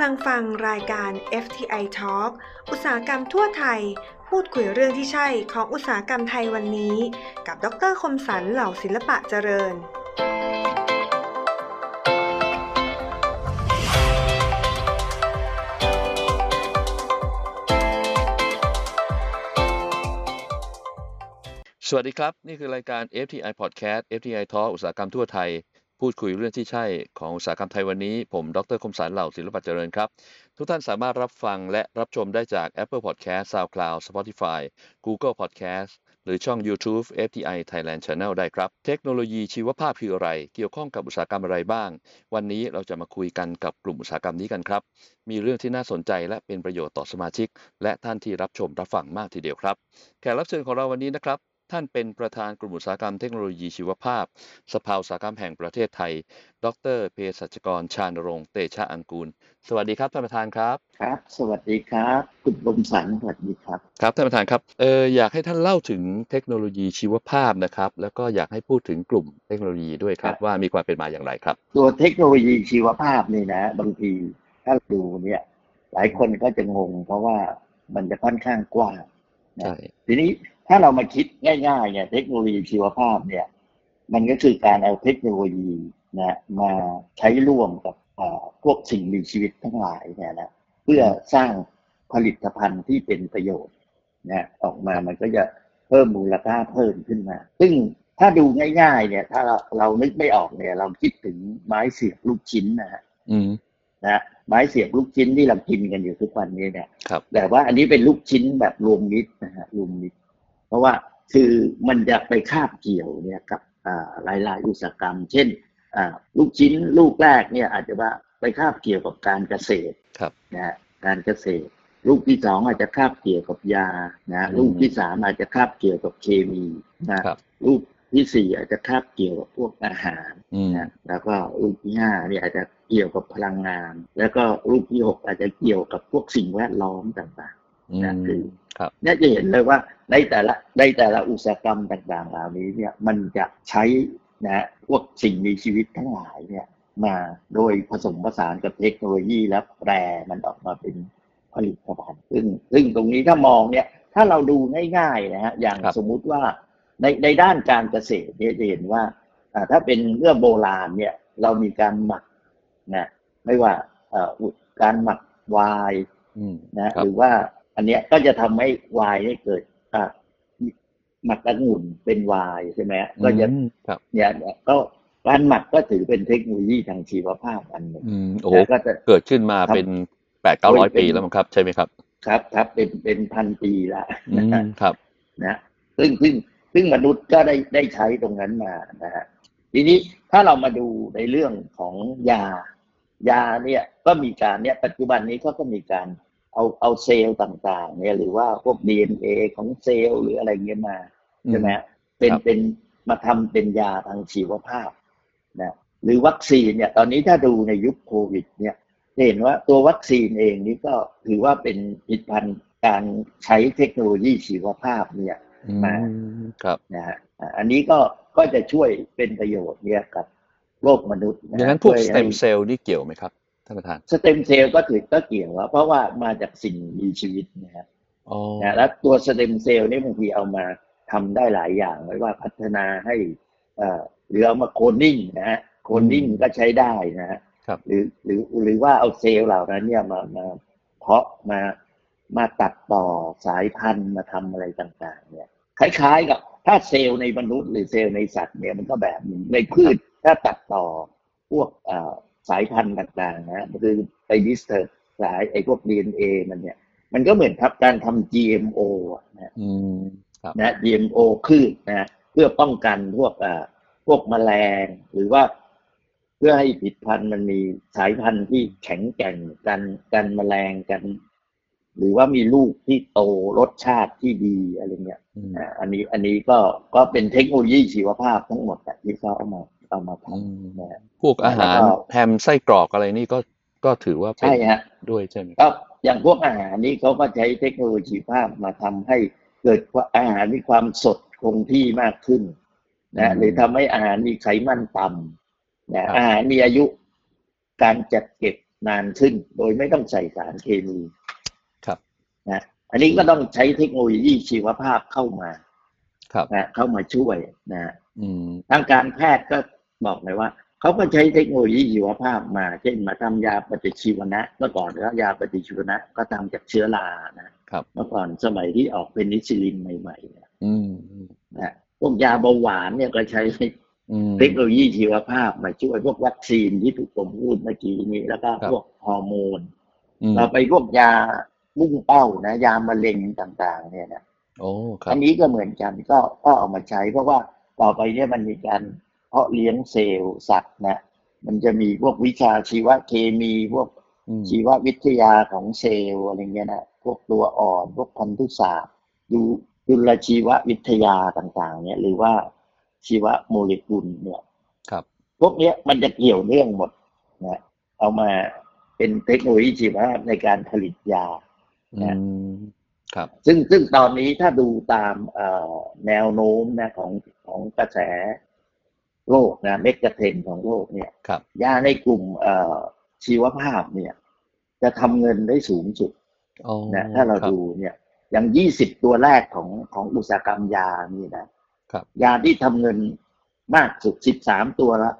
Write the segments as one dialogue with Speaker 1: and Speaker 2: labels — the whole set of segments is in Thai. Speaker 1: ำลังฟังรายการ FTI Talk อุตสาหกรรมทั่วไทย พูดคุยเรื่องที่ใช่ของอุตสาหกรรมไทยวันนี้ กับดรคมสันเหล่าศิลปะเจริญ
Speaker 2: สวัสดีครับ นี่คือรายการ FTI Podcast FTI Talk อุตสาหกรรมทั่วไทย พูดคุยเรื่องที่ใช่ของอุตสาหกรรมไทยวันนี้ ผมดรคมสารเหล่าศิลปะเจริญครับ ทุกท่านสามารถรับฟังและรับชมได้จาก Apple Podcast SoundCloud Spotify Google Podcast หรือช่อง YouTube FTI Thailand Channel ได้ครับ เทคโนโลยีชีวภาพคืออะไร เกี่ยวข้องกับอุตสาหกรรมอะไรบ้าง วันนี้เราจะมาคุยกันกับกลุ่มอุตสาหกรรมนี้กันครับ มีเรื่องที่น่าสนใจและเป็นประโยชน์ต่อสมาชิก และท่านที่รับชมรับฟังมากทีเดียวครับ แขกรับเชิญของเราวันนี้นะครับ ท่านเป็นประธานกลุ่มอุตสาหกรรมเทคโนโลยีชีวภาพ สภาอุตสาหกรรมแห่งประเทศไทย ดรเภสัชกรชาญรงค์เตชะอังกูล สวัสดีครับท่านประธานครับ
Speaker 3: ครับ สวัสดีครับคุณลมสันสวัสดีครับ
Speaker 2: ครับท่านประธานครับเอออยากให้ท่านเล่าถึงเทคโนโลยีชีวภาพนะครับ แล้วก็อยากให้พูดถึงกลุ่มเทคโนโลยีด้วยครับ
Speaker 3: ครับ
Speaker 2: ว่ามีความเป็นมาอย่างไรครับ
Speaker 3: ตัวเทคโนโลยีชีวภาพนี่นะ บางทีถ้าดูเนี่ย หลายคนก็จะงง เพราะว่ามันจะค่อนข้างกว้าง
Speaker 2: ใช่
Speaker 3: ทีนี้ถ้าเรามาคิดง่ายๆเนี่ยเทคโนโลยีชีวภาพเนี่ย มันก็คือการเอาเทคโนโลยีนะมาใช้ร่วมกับเอ่อพวกสิ่งมีชีวิตทั้งหลายเนี่ยนะเพื่อสร้างผลิตภัณฑ์ที่เป็นประโยชน์นะออกมามันก็จะเพิ่มมูลค่าเพิ่มขึ้นมา ซึ่งถ้าดูง่ายๆเนี่ยถ้าเราเรานึกไม่ออกเนี่ยเราคิดถึงไม้เสียบลูกชิ้นนะฮะ
Speaker 2: อืม
Speaker 3: นะไม้เสียบลูกชิ้นที่เรากินกันอยู่ทุกวันนี้เนี่ย
Speaker 2: ครับ
Speaker 3: แต่ว่าอันนี้เป็นลูกชิ้นแบบรวมมิตรนะฮะรวมมิตร เพราะว่าคือมันจะไปคาบเกี่ยวเนี่ยกับอ่าหลายๆอุตสาหกรรม เช่นอ่าลูกชิ้นลูกแรกเนี่ยอาจจะว่าไปคาบเกี่ยวกับการเกษตร
Speaker 2: ครับ
Speaker 3: นะฮะการเกษตร ลูกที่สองอาจจะคาบเกี่ยวกับยานะฮะ
Speaker 2: อืม
Speaker 3: ลูกที่สามอาจจะคาบเกี่ยวกับเคมีนะฮะ
Speaker 2: ครับ
Speaker 3: ลูกที่สี่อาจจะคาบเกี่ยวกับพวกอาหาร
Speaker 2: อืม
Speaker 3: นะแล้วก็ลูกที่ห้าเนี่ยอาจจะเกี่ยวกับพลังงาน แล้วก็ลูกที่หกอาจจะเกี่ยวกับพวกสิ่งแวดล้อมต่าง
Speaker 2: อื
Speaker 3: ๆนะคื
Speaker 2: ม
Speaker 3: อ
Speaker 2: ครับ
Speaker 3: เนี่ยจะเห็นเลยว่าในแต่ละในแต่ละอุตสาหกรรมต่างๆเหล่านี้เนี่ยมันจะใช้นะพวกสิ่งมีชีวิตทั้งหลายเนี่ยมาโดยผสมผสานกับเทคโนโลยีและแปรมันออกมาเป็นผลิตภัณฑ์ซึ่งซึ่งตรงนี้ถ้ามองเนี่ยถ้าเราดูง่ายๆนะฮะอย่าง
Speaker 2: ครับ
Speaker 3: สมมุติว่าในในด้านการเกษตรเนี่ยจะเห็นว่า อ่าถ้าเป็นเรื่องโบราณเนี่ยเรามีการหมักนะไม่ว่าเอ่ออุการหมักไวน์
Speaker 2: อืม
Speaker 3: นะครับ หรือว่าอันเนี้ยก็จะทำให้ไวน์ให้เกิดอ่าหมักองุ่นเป็นไวน์ใช่ไหมฮะก็จะ
Speaker 2: อืมครับ
Speaker 3: เนี่ยเนี่ยก็การหมักก็ถือเป็นเทคโนโลยีทางชีวภาพอันหนึ่ง
Speaker 2: อืมโอ้โห
Speaker 3: นะก็จะ
Speaker 2: เกิดขึ้นมาเป็นแปดเก้าร้อย
Speaker 3: เป็น
Speaker 2: ปีแล้วมั้งครับ ใช่ไหมครับ
Speaker 3: ครับครับเป็นเป็นพันปีละ
Speaker 2: อื
Speaker 3: นะ
Speaker 2: ม
Speaker 3: ฮะ
Speaker 2: ครับ
Speaker 3: นะซึ่งซึ่งซึ่งมนุษย์ก็ได้ได้ใช้ตรงนั้นมานะฮะทีนี้ถ้าเรามาดูในเรื่องของยา ยาเนี่ยก็มีการเนี่ยปัจจุบันนี้ก็ก็มีการเอาเอาเซลล์ต่าง ๆ เนี่ยหรือว่าพวก DNA ของเซลล์หรืออะไรเงี้ยมาใช่ไหมฮะเป็น
Speaker 2: ครับ
Speaker 3: เป็นมาทำเป็นยาทางชีวภาพนะหรือวัคซีนเนี่ยตอนนี้ถ้าดูในยุคโควิดเนี่ย จะเห็นว่าตัววัคซีนเองนี่ก็ถือว่าเป็นผลิตภัณฑ์การใช้เทคโนโลยีชีวภาพเนี่ย
Speaker 2: อืม
Speaker 3: มา
Speaker 2: ครับ
Speaker 3: นะฮะอ่าอันนี้ก็ก็จะช่วยเป็นประโยชน์เนี่ยกับโลกมนุษย์
Speaker 2: ดั
Speaker 3: นะ
Speaker 2: ง
Speaker 3: ฮะ
Speaker 2: นั้นพวก
Speaker 3: ช่ย
Speaker 2: ส
Speaker 3: ให้
Speaker 2: เต็มเซลล์นี่เกี่ยวไหมครับท่านประธาน
Speaker 3: สเต็มเซลล์ก็ถือก็เกี่ยวว่าเพราะว่ามาจากสิ่งมีชีวิตนะฮะ
Speaker 2: อ๋อ
Speaker 3: นะแล้วตัวสเต็มเซลล์นี่บางทีเอามาทำได้หลายอย่างไม่ว่าพัฒนาให้เอ่อหรือเอามาโคลนิ่งนะฮะโคลนิ่งก็ใช้ได้นะฮะ
Speaker 2: ครับ
Speaker 3: หรือหรือหรือว่าเอาเซลล์เหล่านั้นเนี่ยมามาเพาะมามาตัดต่อสายพันธุ์มาทำอะไรต่างๆ เนี่ยคล้ายๆกับถ้าเซลล์ในมนุษย์หรือเซลล์ในสัตว์เนี่ยมันก็แบบหนึ่งในพืชถ้าตัดต่อพวกเอ่อสายพันธุ์ต่างๆนะคือไปดิสเทอร์สายไอ้พวก DNA มันเนี่ย มันก็เหมือนทับการทำ GMO อะนะ
Speaker 2: อืมครับ
Speaker 3: นะ GMO พืชนะเพื่อป้องกันพวกเอ่อพวกแมลง หรือว่าเพื่อให้ผิดพันธุ์มันมีสายพันธุ์ที่แข็งแกร่งกันกันแมลงกัน หรือว่ามีลูกที่โตรสชาติที่ดีอะไรเงี้ย
Speaker 2: อืม
Speaker 3: อ่าอันนี้อันนี้ก็ก็เป็นเทคโนโลยีชีวภาพทั้งหมดอะที่เขาเอามาเอามาท
Speaker 2: อืม
Speaker 3: ำนะฮะ
Speaker 2: พวกอาหาร
Speaker 3: แล้วก็
Speaker 2: แฮมไส้กรอกอะไรนี่ก็ก็ถือว่าเป็น
Speaker 3: ใช่ฮะ
Speaker 2: ด้วยใช่ไหมครับ
Speaker 3: ก็อย่างพวกอาหารนี่เขาก็ใช้เทคโนโลยีภาพมาทำให้เกิดอาหารมีความสดคงที่มากขึ้นนะหรือทำให้อาหารมีไขมันต่ำนะอาหารมีอายุการจัดเก็บ นานขึ้น โดยไม่ต้องใส่สารเคมี
Speaker 2: ครับ
Speaker 3: นะอันนี้ก็ต้องใช้เทคโนโลยีชีวภาพเข้ามา
Speaker 2: ครับ
Speaker 3: นะเข้ามาช่วยนะฮะ
Speaker 2: อืม
Speaker 3: ทางการแพทย์ก็บอกเลยว่า เขาก็ใช้เทคโนโลยีชีวภาพมา เช่นมาทำยาปฏิชีวนะเมื่อก่อนแล้วยาปฏิชีวนะก็ทำจากเชื้อรานะครับ เมื่อก่อนสมัยที่ออกเป็นนิซิลินใหม่ๆเนี่ย
Speaker 2: อืมอืม
Speaker 3: นะพวกยาเบาหวานเนี่ยก็ใช้
Speaker 2: อืม
Speaker 3: เทคโนโลยีชีวภาพมาช่วยพวกวัคซีนที่ถูกผมพูดเมื่อกี้นี้แล้วก็
Speaker 2: ครับ
Speaker 3: พวกฮอร์โมน
Speaker 2: อืม
Speaker 3: เราไปพวกยามุ่งเป้านะ ยามะเร็งต่างๆ เนี่ยนะ
Speaker 2: โอ้ครั
Speaker 3: อั
Speaker 2: บ
Speaker 3: นนี้ก็เหมือนกันก็ก็เอามาใช้ เพราะว่าต่อไปเนี่ยมันมีการเพาะเลี้ยงเซลล์สัตว์นะ มันจะมีพวกวิชาชีวเคมีพวก
Speaker 2: อืม
Speaker 3: ชีววิทยาของเซลล์อะไรเงี้ยนะพวกตัวอ่อนพวกพันธุศาสตร์ยูยุลชีววิทยาต่างๆ เนี่ย หรือว่าชีวโมเลกุลเนี่ย
Speaker 2: ครับ
Speaker 3: พวกเนี้ยมันจะเกี่ยวเนื่องหมดนะเอามาเป็นเทคโนโลยีชีวภาพในการผลิตยา
Speaker 2: อืมครับ
Speaker 3: ซึ่งซึ่งตอนนี้ถ้าดูตามเอ่อแนวโน้มนะของของกระแสโลกนะเมกะเทรนของโลกเนี่ย
Speaker 2: ครับ
Speaker 3: ยาในกลุ่มเอ่อชีวภาพเนี่ย จะทำเงินได้สูงสุด
Speaker 2: โอ้
Speaker 3: นะถ้าเรา
Speaker 2: คบ
Speaker 3: ดูเนี่ยอย่างยี่สิบตัวแรกของของอุตสาหกรรมยานี่นะครับ ยาที่ทำเงินมากสุดสิบสามตัวละ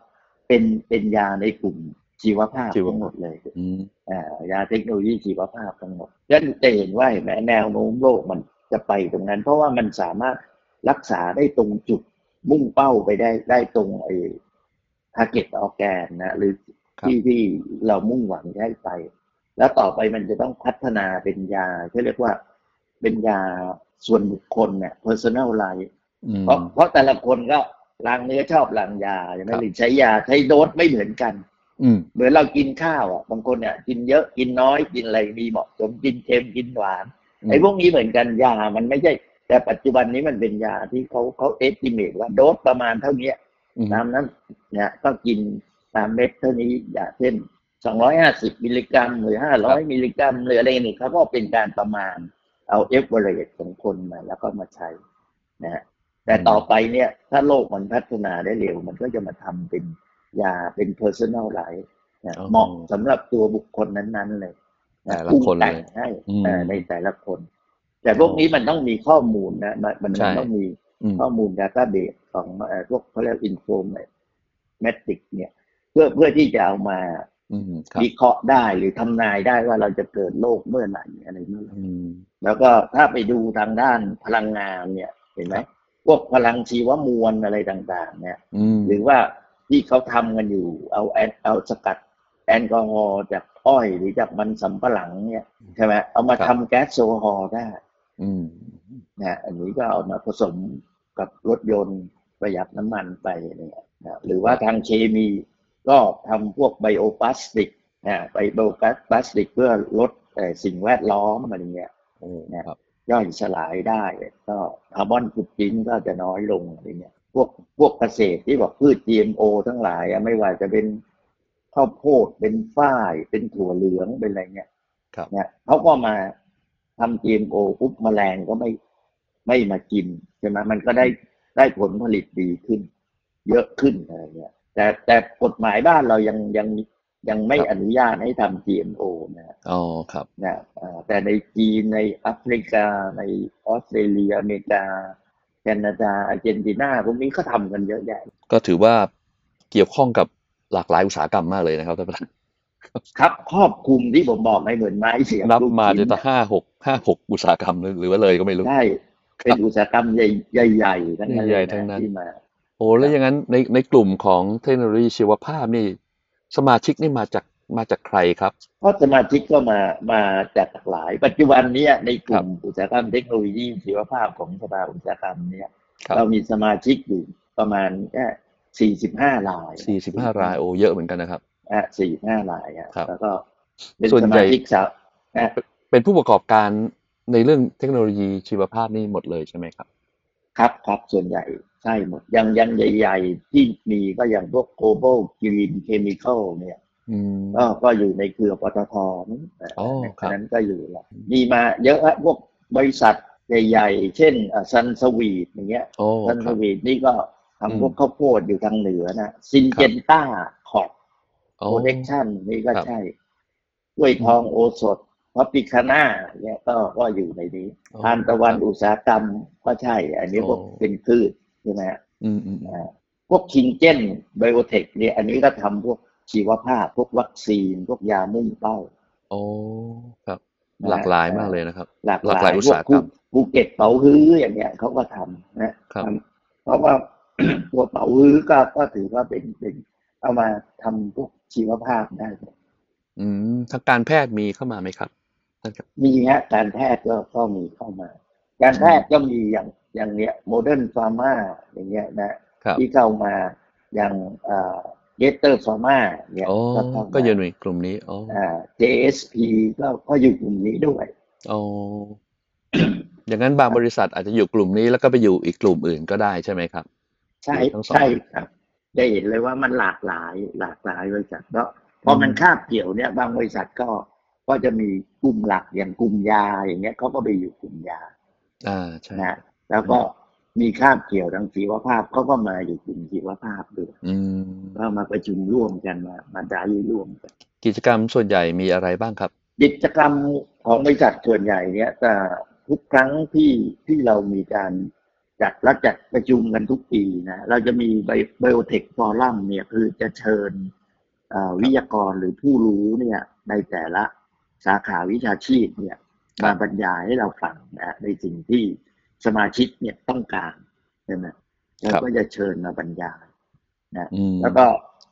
Speaker 3: เป็นเป็นยาในกลุ่มชีวภาพทั้งหมดเลย
Speaker 2: อืม
Speaker 3: อ่ายาเทคโนโลยีชีวภาพทั้งหมดดังนั้นจะเห็นว่าเห็นไหมแนวโน้มโลกมันจะไปตรงนั้น เพราะว่ามันสามารถรักษาได้ตรงจุดมุ่งเป้าไปได้ได้ตรงไอ้ target organ นะ หรือ
Speaker 2: ครับ
Speaker 3: ที่ที่เรามุ่งหวังจะให้ไป แล้วต่อไปมันจะต้องพัฒนาเป็นยาที่เรียกว่าเป็นยาส่วนบุคคลเนี่ย personal life
Speaker 2: อืม
Speaker 3: เพราะเพราะแต่ละคนก็ลางเนื้อชอบลางยาใช่ไหม
Speaker 2: ครับ
Speaker 3: หรือใช้ยาใช้โดสไม่เหมือนกัน
Speaker 2: อืม
Speaker 3: เหมือนเรากินข้าวอ่ะบางคนเนี่ยกินเยอะกินน้อยกินอะไรมีเหมาะสมกินเค็มกินหวานไอ้พวกนี้เหมือนกันยามันไม่ใช่ แต่ปัจจุบันนี้มันเป็นยาที่เขาเขาเอสติเมตว่าโดสประมาณเท่าเนี้ย
Speaker 2: อืม
Speaker 3: ตามนั้นเนี่ยก็กินตามเม็ดเท่านี้อย่างเช่นสองร้อยห้าสิบมิลลิกรัมหรือห้าร้อยมิลลิกรัมหรืออะไรนี่เขาก็เป็นการประมาณเอาเอฟเวอร์เรจของคนมาแล้วก็มาใช้นะฮะแต่ต่อไปเนี่ยถ้าโลกมันพัฒนาได้เร็ว มันก็จะมาทำเป็นยาเป็น personal life นะเหมาะสำหรับตัวบุคคลนั้นๆเลย
Speaker 2: แต่ละ
Speaker 3: ปรุง
Speaker 2: คนเล
Speaker 3: แต่ง
Speaker 2: ย
Speaker 3: ให้
Speaker 2: อืม
Speaker 3: เอ่อในแต่ละคน แต่พวกนี้มันต้องมีข้อมูลนะมันมัน
Speaker 2: ใช่
Speaker 3: ต้องมี
Speaker 2: อืม
Speaker 3: ข้อมูล Data เบสของเอ่อพวกเขาเรียกอินโฟมแมติกเนี่ย เพื่อเพื่อที่จะเอามา
Speaker 2: อืมครับ
Speaker 3: วิเคราะห์ได้หรือทำนายได้ว่าเราจะเกิดโรคเมื่อไหร่อะไรเมื่อไหร่
Speaker 2: อืม
Speaker 3: แล้วก็ถ้าไปดูทางด้านพลังงานเนี่ยเห็นไหม
Speaker 2: ครับ
Speaker 3: พวกพลังชีวมวลอะไรต่างๆ เนี่ย
Speaker 2: อืม
Speaker 3: หรือว่าที่เขาทำกันอยู่เอาแอลเอาสกัดแอลกอฮอล์จากอ้อยหรือจากมันสำปะหลังเนี่ยใช่ไหมเอามา
Speaker 2: ครั
Speaker 3: ทำ
Speaker 2: บ
Speaker 3: แก๊สโซฮอล์ได้
Speaker 2: อืม
Speaker 3: นะอันนี้ก็เอามาผสมกับรถยนต์ประหยัดน้ำมันไปเนี่ยนะหรือว่าทางเคมีก็ทำพวกไบโอพลาสติกนะไบโอพลาสติกเพื่อลดเอ่อสิ่งแวดล้อมอะไรเงี้ย
Speaker 2: โอ้
Speaker 3: เนี่ย
Speaker 2: ครับ
Speaker 3: ย่อยสลายได้ ก็คาร์บอนฟุตพิ้นก็จะน้อยลงอะไรเงี้ยพวกพวกเกษตรที่บอกพืช GMO ทั้งหลายอะไม่ว่าจะเป็นข้าวโพดเป็นฝ้าย เป็นถั่วเหลืองเป็นอะไรเงี้ย
Speaker 2: ครับ
Speaker 3: เนี่ยเขาก็มาทำ GMO ปุ๊บแมลงก็ไม่ไม่มากินใช่ไหมมันก็ได้ได้ผลผลิตดีขึ้น เยอะขึ้นอะไรเงี้ยแต่แต่กฎหมายบ้านเรายังยังยังไม่
Speaker 2: ครับ
Speaker 3: อนุญาตให้ทำ GMO นะฮะ
Speaker 2: อ๋อครับ
Speaker 3: นะเอ่อแต่ในจีนในแอฟริกา ในออสเตรเลียอเมริกา แคนาดาอาร์เจนตินาพวกนี้ก็ทำกันเยอะแยะ
Speaker 2: ก็ถือว่าเกี่ยวข้องกับหลากหลายอุตสาหกรรมมากเลยนะครับท่านประธาน
Speaker 3: ครับครอบคลุมที่ผมบอกในเหมือนไม้เสียบ
Speaker 2: นับ
Speaker 3: ลูก
Speaker 2: มา
Speaker 3: ชิ้
Speaker 2: จะ
Speaker 3: น
Speaker 2: ตั้งห้าหกห้าหกอุตสาหกรรมหรือหรือว่าเลยก็ไม่รู้
Speaker 3: ได้เป็นอุตสาหกรรมใหญ่ใหญ่ๆทั้งนั้นเล
Speaker 2: ใหญ่
Speaker 3: ย
Speaker 2: ๆทั้งนั้
Speaker 3: นะ
Speaker 2: น
Speaker 3: ที่มา
Speaker 2: โอ้แล้วอย่างนั้นในในกลุ่มของเทคโนโลยีชีวภาพนี่ สมาชิกนี่มาจากมาจากใครครับ
Speaker 3: เพราะสมาชิกก็มามาจากหลาย ปัจจุบันเนี้ในกลุ่มอุตสาหกรรมเทคโนโลยีชีวภาพของสภาอุตสาหกรรมเนี่ย
Speaker 2: ครับ
Speaker 3: เรามีสมาชิกอยู่ประมาณแค่สี่สิบห้าราย
Speaker 2: สี่สิบห้ารายโอ้เยอะเหมือนกันนะครับ
Speaker 3: อ่ะสี่ห้ารายอ่ะ
Speaker 2: ครับ
Speaker 3: แล้วก็เป็น
Speaker 2: ส่วน
Speaker 3: ส
Speaker 2: ใหญ่
Speaker 3: มาชิกสาวอ่ะ
Speaker 2: เป็นผู้ประกอบการในเรื่องเทคโนโลยีชีวภาพนี่หมดเลยใช่ไหมครับ
Speaker 3: ครับครับส่วนใหญ่ใช่หมดยังยังใหญ่ๆ ที่มีก็อย่างพวก global green chemical เนี่ย
Speaker 2: อืม
Speaker 3: ก็ก็อยู่ในเครือปตทนั่นอ่ะ
Speaker 2: อ๋อครับ
Speaker 3: นั้นก็อยู่ละมีมาเยอะฮะพวกบริษัทใหญ่ๆ เช่นซันสวีดอย่างเงี้ย
Speaker 2: โอ้
Speaker 3: ซัน
Speaker 2: ค
Speaker 3: ส
Speaker 2: รับ
Speaker 3: วีดนี่ก็ทำพวก
Speaker 2: อืม
Speaker 3: ข้าวโพดอยู่ทางเหนือนะซินเจนต้าคอร์ด
Speaker 2: โอ้
Speaker 3: โปรเทคชั่นนี่ก็
Speaker 2: ครับ
Speaker 3: ใช่ กล้วยทองโอสถพับปิคาน่าเนี่ยก็ก็อยู่ในนี้
Speaker 2: อ๋อ
Speaker 3: ทานตะวันอุตสาหกรรมก็ใช่ อันนี้
Speaker 2: อ๋อ
Speaker 3: พวกเป็นพืชใช่ไหมฮะ
Speaker 2: อืมอืมอืม
Speaker 3: อ่าพวกคิงเจนไบโอเทคเนี่ยอันนี้ก็ทำพวกชีวภาพ พวกวัคซีน พวกยามุ่งเป้า
Speaker 2: โอ้ครับ
Speaker 3: นะฮะ
Speaker 2: หลากหลายมากเลยนะครับ
Speaker 3: หลาก
Speaker 2: หลากห
Speaker 3: ห
Speaker 2: ลา
Speaker 3: ลาย ย
Speaker 2: อุตสาหกรรม
Speaker 3: พวภูเก็ตเป๋าฮื้ออย่างเงี้ยเขาก็ทำนะครับ ทำเพราะ ว่า ตัวเป๋าฮื้อก็ก็ถือว่าเป็นเป็นเอามาทำพวกชีวภาพได้
Speaker 2: อืมทางการแพทย์มีเข้ามาไหมครับท่านครับ
Speaker 3: มีฮะการแพทย์ก็ก็มีเข้ามา การแพทย์ก็มีอย่างอย่างเนี้ยโมเดิร์นฟาร์มาอย่างเงี้ยนะครับที่เข้ามาอย่างเยสเตอร์ฟาร์มาเนี่ย
Speaker 2: อ๋อ
Speaker 3: ก็เข้ามา
Speaker 2: ก็อยู่ในกลุ่มนี้อ๋อ
Speaker 3: อ่า JSP ก็ก็อยู่กลุ่มนี้ด้วย
Speaker 2: อ๋ออย่างนั้นบางบริษัทอาจจะอยู่กลุ่มนี้แล้วก็ไปอยู่อีกกลุ่มอื่นก็ได้ใช่ไหมครับ
Speaker 3: ใช่
Speaker 2: มีทั้งสอง
Speaker 3: ใช่ครับ ได้เห็นเลยว่ามันหลากหลาย หลากหลายบริษัทเนาะพอมัน
Speaker 2: อืม
Speaker 3: คาบเกี่ยวเนี่ยบางบริษัทก็ก็จะมีกลุ่มหลักอย่างกลุ่มยาอย่างเงี้ยเขาก็ไปอยู่กลุ่มยา
Speaker 2: อ่าใช่
Speaker 3: นะแล้วก็มีคาบเกี่ยวทางชีวภาพเขาก็มาอยู่กลุ่มชีวภาพด้วย
Speaker 2: อืม
Speaker 3: ก็มาประชุมร่วมกันมามาได้ร่วมกัน
Speaker 2: กิจกรรมส่วนใหญ่มีอะไรบ้างครับ
Speaker 3: กิจกรรมของบริษัทส่วนใหญ่เนี่ยจะทุกครั้งที่ที่เรามีการจัดและจัดประชุมกันทุกปีนะ เราจะมีไบโอเทคฟอรัมเนี่ยคือจะเชิญเอ่อวิทยากรหรือผู้รู้เนี่ยในแต่ละสาขาวิชาชีพเนี่ย
Speaker 2: ครับ
Speaker 3: มาบรรยายให้เราฟังนะในสิ่งที่สมาชิกเนี่ยต้องการใช่ไหม แล้วก็จะเชิญมาบรรยายนะ
Speaker 2: อืม
Speaker 3: แล้วก็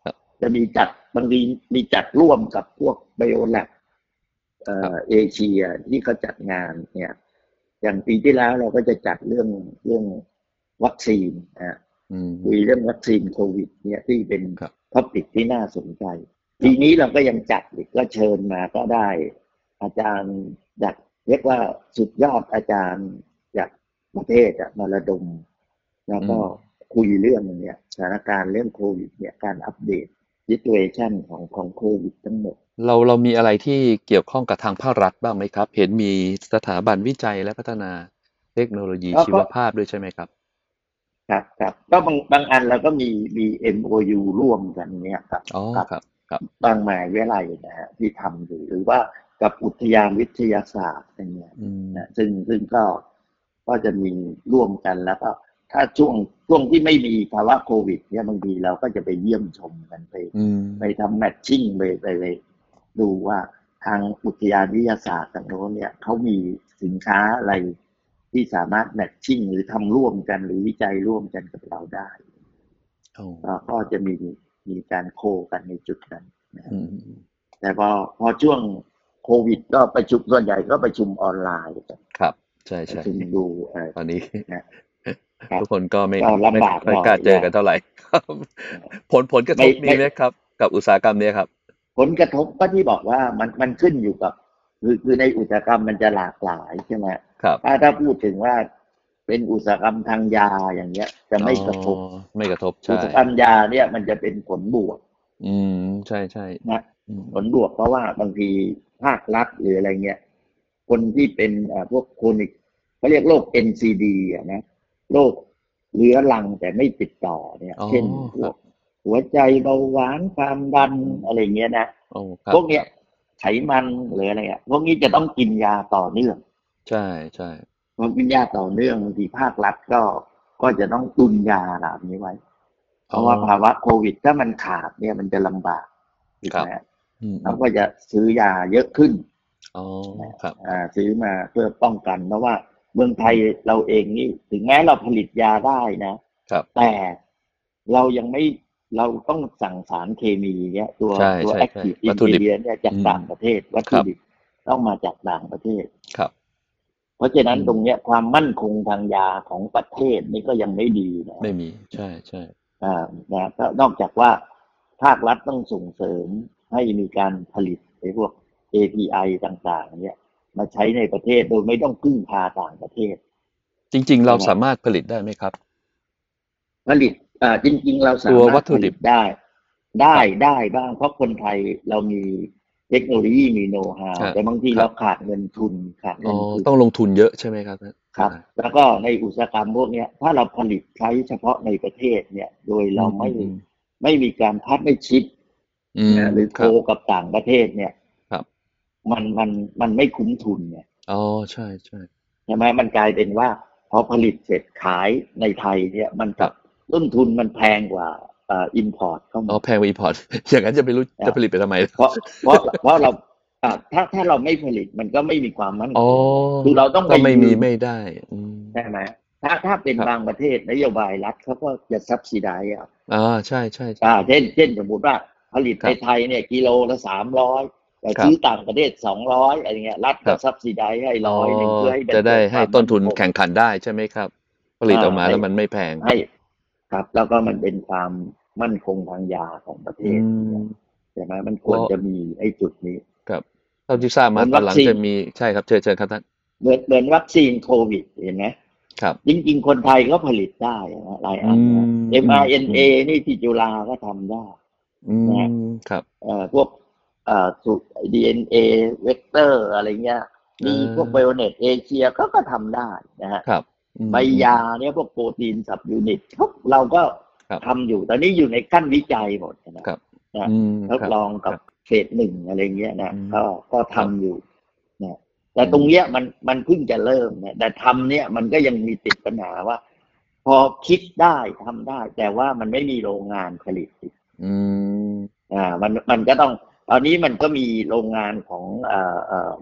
Speaker 2: ครับ
Speaker 3: จะมีจัดบางทีมีจัดร่วมกับพวกไบโอแลบเอ่อเอเชียที่เขาจัดงานเนี่ย อย่างปีที่แล้วเราก็จะจัดเรื่องเรื่องวัคซีนนะ
Speaker 2: อืม
Speaker 3: คุยเรื่องวัคซีนโควิด เนี่ยที่เป็น
Speaker 2: ครับ
Speaker 3: ท็อปิกที่น่าสนใจ ปีนี้เราก็ยังจัดอีกก็เชิญมาก็ได้ อาจารย์จากเรียกว่าสุดยอดอาจารย์จากประเทศอะมาระดม แล้วก็คุยเรื่องเนี่ยสถานการณ์เรื่องโควิดเนี่ยการอัปเดต situation ของของโควิดทั้งหมด
Speaker 2: เราเรามีอะไรที่เกี่ยวข้องกับทางภาครัฐบ้างไหมครับ เห็นมีสถาบันวิจัยและพัฒนาเทคโนโลยี
Speaker 3: แล้วก็
Speaker 2: ชีวภาพด้วยใช่ไหมครับ
Speaker 3: ครับครับก็บางบางอันเราก็มีมี MOU ร่วมกันเนี่ยกับ
Speaker 2: อ๋อ
Speaker 3: กั
Speaker 2: ครับ ครับ
Speaker 3: บางมหาวิทยาลัยนะฮะที่ทำอยู่หรือว่ากับอุทยานวิทยาศาสตร์อะไรเงี้ย
Speaker 2: อืม
Speaker 3: นะซึ่งซึ่งก็ก็จะมีร่วมกันแล้วก็ถ้าช่วงช่วงที่ไม่มีภาวะโควิด เนี่ยบางทีเราก็จะไปเยี่ยมชมกันไป
Speaker 2: อืม
Speaker 3: ไปทำแมทชิ่งไปไปไปดูว่าทางอุทยานวิทยาศาสตร์ทางโน้นเนี่ยเขามีสินค้าอะไรที่สามารถแมทชิ่งหรือทำร่วมกันหรือวิจัยร่วมกันกับเราได้
Speaker 2: โอ้
Speaker 3: ก็ก็จะมีมีการโคกันในจุดนั้น
Speaker 2: อืม
Speaker 3: แต่พอพอช่วงโควิด ก็ประชุมส่วนใหญ่ก็ประชุมออนไลน์กัน
Speaker 2: ครับ ใช่
Speaker 3: ประ
Speaker 2: ใช่
Speaker 3: ชุมดูเอ่อ
Speaker 2: ตอนนี้
Speaker 3: นะ
Speaker 2: ทุกคนก็ไม่
Speaker 3: ก็
Speaker 2: ไม่
Speaker 3: ลำบาก
Speaker 2: ค่อย
Speaker 3: หน่อย
Speaker 2: กล้าเจอกัน
Speaker 3: นะ
Speaker 2: เท่าไหร่ครับ ผลผลกระทบ
Speaker 3: ไม่
Speaker 2: มี
Speaker 3: ไม่
Speaker 2: ไหมครับ กับอุตสาหกรรมเนี้ยครับ
Speaker 3: ผลกระทบก็ที่บอกว่ามันมันขึ้นอยู่กับ คือคือในอุตสาหกรรมมันจะหลากหลายใช่ไหม
Speaker 2: ครับ
Speaker 3: ถ้าถ้าพูดถึงว่าเป็นอุตสาหกรรมทางยาอย่างเงี้ย จะไม่กระทบ
Speaker 2: อ๋อไม่กระทบ
Speaker 3: อุ
Speaker 2: ใช่
Speaker 3: ตสาหกรรมยาเนี่ยมันจะเป็นผลบวก
Speaker 2: อืม ใช่ใช่
Speaker 3: นะ
Speaker 2: อืม
Speaker 3: ผลบวกเพราะว่าบางทีภาครัฐหรืออะไรเงี้ยคนที่เป็นเอ่อพวกโคนิกเขาเรียกโรค NCD อ่ะนะโรคเรื้อรังแต่ไม่ติดต่อเนี่ย
Speaker 2: อ๋อ
Speaker 3: เช่นพ
Speaker 2: คว รั
Speaker 3: ก
Speaker 2: บ
Speaker 3: หัวใจเบาหวานความดันอะไรเงี้ยนะ
Speaker 2: โอ้ครับ
Speaker 3: พวกเนี้ยไขมันหรืออะไรอ่ะพวกนี้จะต้องกินยาต่อเนื่อง
Speaker 2: ใช่ใช่
Speaker 3: พอกินยาต่อเนื่องบางทีภาครัฐก็ก็จะต้องตุนยาเหล่านี้ไว้ เพราะว่าภาวะโควิดถ้ามันขาดเนี่ยมันจะลำบากถูกไหมฮะ
Speaker 2: อืมอื
Speaker 3: เขา
Speaker 2: ม
Speaker 3: ก็จะซื้อยาเยอะขึ้น
Speaker 2: อ๋อครับ
Speaker 3: อ่าซื้อมาเพื่อป้องกันเพราะว่าเมืองไทยเราเองนี่ ถึงแม้เราผลิตยาได้นะครับ แต่เรายังไม่เราต้องสั่งสารเคมีเนี่ยตัว
Speaker 2: ใช่
Speaker 3: ตัว
Speaker 2: ใช่
Speaker 3: แอค
Speaker 2: ใช่
Speaker 3: ทีฟ
Speaker 2: วั
Speaker 3: อิ
Speaker 2: ต
Speaker 3: น
Speaker 2: ถุดิบ
Speaker 3: เดียเนี่ยจาก
Speaker 2: อืม
Speaker 3: ต่างประเทศวัต
Speaker 2: ครั
Speaker 3: ถุ
Speaker 2: บ
Speaker 3: ดิบต้องมาจากต่างประเทศ
Speaker 2: ครับ
Speaker 3: เพราะฉะนั้น
Speaker 2: อืม
Speaker 3: ตรงเนี้ยความมั่นคงทางยาของประเทศนี่ก็ยังไม่ดีนะ
Speaker 2: ไม่มีใช่ใช่
Speaker 3: อ่านะก็นอกจากว่าภาครัฐต้องส่งเสริมให้มีการผลิตไอ้พวก API ต่างๆ เนี่ย มาใช้ในประเทศโดยไม่ต้องพึ่งพาต่างประเทศ
Speaker 2: จริง ๆ เรา
Speaker 3: ใช่ไหม
Speaker 2: สามารถผลิตได้ไหมครับ
Speaker 3: ผลิตอ่าจริง ๆ เราสา
Speaker 2: ตัว
Speaker 3: มารถ
Speaker 2: วัตถุดิบ
Speaker 3: ผลิตได้ ได้ได้บ้าง เพราะคนไทยเรามีเทคโนโลยีมีโน้ตฮาว
Speaker 2: ฮะ
Speaker 3: แต่บางที
Speaker 2: ครับ
Speaker 3: เราขาดเงินทุนขาด
Speaker 2: อ๋
Speaker 3: เงิ
Speaker 2: อน
Speaker 3: ทุน
Speaker 2: ต้องลงทุนเยอะใช่ไหมครับ
Speaker 3: ครับแล้วก็ในอุตสาหกรรมพวกเนี้ยถ้าเราผลิตใช้เฉพาะในประเทศเนี่ย โดยเราไม่
Speaker 2: อืม
Speaker 3: ไม่มีการพัฒนาชิป
Speaker 2: อืม
Speaker 3: นะหรือโค
Speaker 2: ครับ
Speaker 3: กับต่างประเทศเนี่ย
Speaker 2: ครับ
Speaker 3: มันมันมันไม่คุ้มทุนเนี่ย
Speaker 2: อ๋อใช่ใช่
Speaker 3: ใช่ไหมมันกลายเป็นว่าพอผลิตเสร็จขายในไทยเนี่ยมันกลับต้นทุนมันแพงกว่าเอ่อินพอร์ตเข้า
Speaker 2: อ๋
Speaker 3: มา
Speaker 2: อแพงกว่าอีพอร์ต อย่างนั้นจะไปรู้
Speaker 3: อ่า
Speaker 2: จะผลิตไปทำไม
Speaker 3: เพราะเพราะเพราะเราอ่ะถ้าถ้าเราไม่ผลิตมันก็ไม่มีความมั่น
Speaker 2: อ๋
Speaker 3: ค
Speaker 2: อง
Speaker 3: คือเราต้อง
Speaker 2: ก็ไม่มี
Speaker 3: ยื
Speaker 2: ไม่ได้อืม
Speaker 3: ใช่ไหมถ้าถ้าเป็น
Speaker 2: ครับ
Speaker 3: บางประเทศนโยบายรัฐเขาก็จะซับซิได้อ่ะ
Speaker 2: อ่าใช่ใช่ใช่
Speaker 3: อ่าเช่นเช่นสมมติว่าผลิต
Speaker 2: ครับ
Speaker 3: ในไทยเนี่ยกิโลละสามร้อยแต่
Speaker 2: ครับ
Speaker 3: ซื้อต่างประเทศสองร้อยอะไรเงี้ยรัฐ
Speaker 2: ครั
Speaker 3: ก็
Speaker 2: บ
Speaker 3: ซับซิได้ให้ร้อยหนึ่งเพื่อให้มัน
Speaker 2: จะได้
Speaker 3: เกิ
Speaker 2: ให้
Speaker 3: ความ
Speaker 2: ต้นทุน
Speaker 3: มั่คง
Speaker 2: แข่งขันได้ใช่ไหมครับ ผลิตออกมา
Speaker 3: อ่า
Speaker 2: แล้วมันไม่แพง
Speaker 3: ให้ครับ แล้วก็มันเป็นความมั่นคงทางยาของประเท
Speaker 2: อื
Speaker 3: ศ
Speaker 2: ม
Speaker 3: ใช่ไหมมันควร
Speaker 2: แล้ว
Speaker 3: จะมีไอ้จุดนี้
Speaker 2: ครับเท่าที่ทราบมา
Speaker 3: เหมือน
Speaker 2: ตอนหลัง
Speaker 3: วัคซีน
Speaker 2: จะมีใช่ครับเชิญเชิญครับท่าน
Speaker 3: เหมือนเหมือนวัคซีนโควิดเห็นไหม
Speaker 2: ครับ
Speaker 3: จริงๆ คนไทยก็ผลิตได้นะหลายอันนะ
Speaker 2: อืม
Speaker 3: mRNA นี่ที่จุฬาก็ทำได้
Speaker 2: อื
Speaker 3: นะฮะ
Speaker 2: มครับ
Speaker 3: เอ่อพวกเอ่อสูตร DNA เวกเตอร์อะไรเงี้ย มี
Speaker 2: อ่า
Speaker 3: พวกไบโอเนตเอเชียก็ก็ทำได้นะฮะ
Speaker 2: ครับอืม
Speaker 3: ใบยาเนี่ยพวกโปรตีนสับยูนิตพวกเราก็
Speaker 2: ครับ
Speaker 3: ทำอยู่ ตอนนี้อยู่ในขั้นวิจัยหมดนะครับ นะ
Speaker 2: อืม
Speaker 3: ทด
Speaker 2: ครับ
Speaker 3: ลองกับเฟสหนึ่งอะไรเงี้ยนะ
Speaker 2: อืม
Speaker 3: ก็ก็
Speaker 2: ครับ
Speaker 3: ทำอยู่นะแต่ตรงเนี้ยมันมันเพิ่งจะเริ่มนะแต่ทำเนี่ยมันก็ยังมีติดปัญหาว่า พอคิดได้ทำได้ แต่ว่ามันไม่มีโรงงานผลิต
Speaker 2: อืม
Speaker 3: อ่ามันมันก็ต้องตอนนี้มันก็มีโรงงานของเอ่อเอ่อ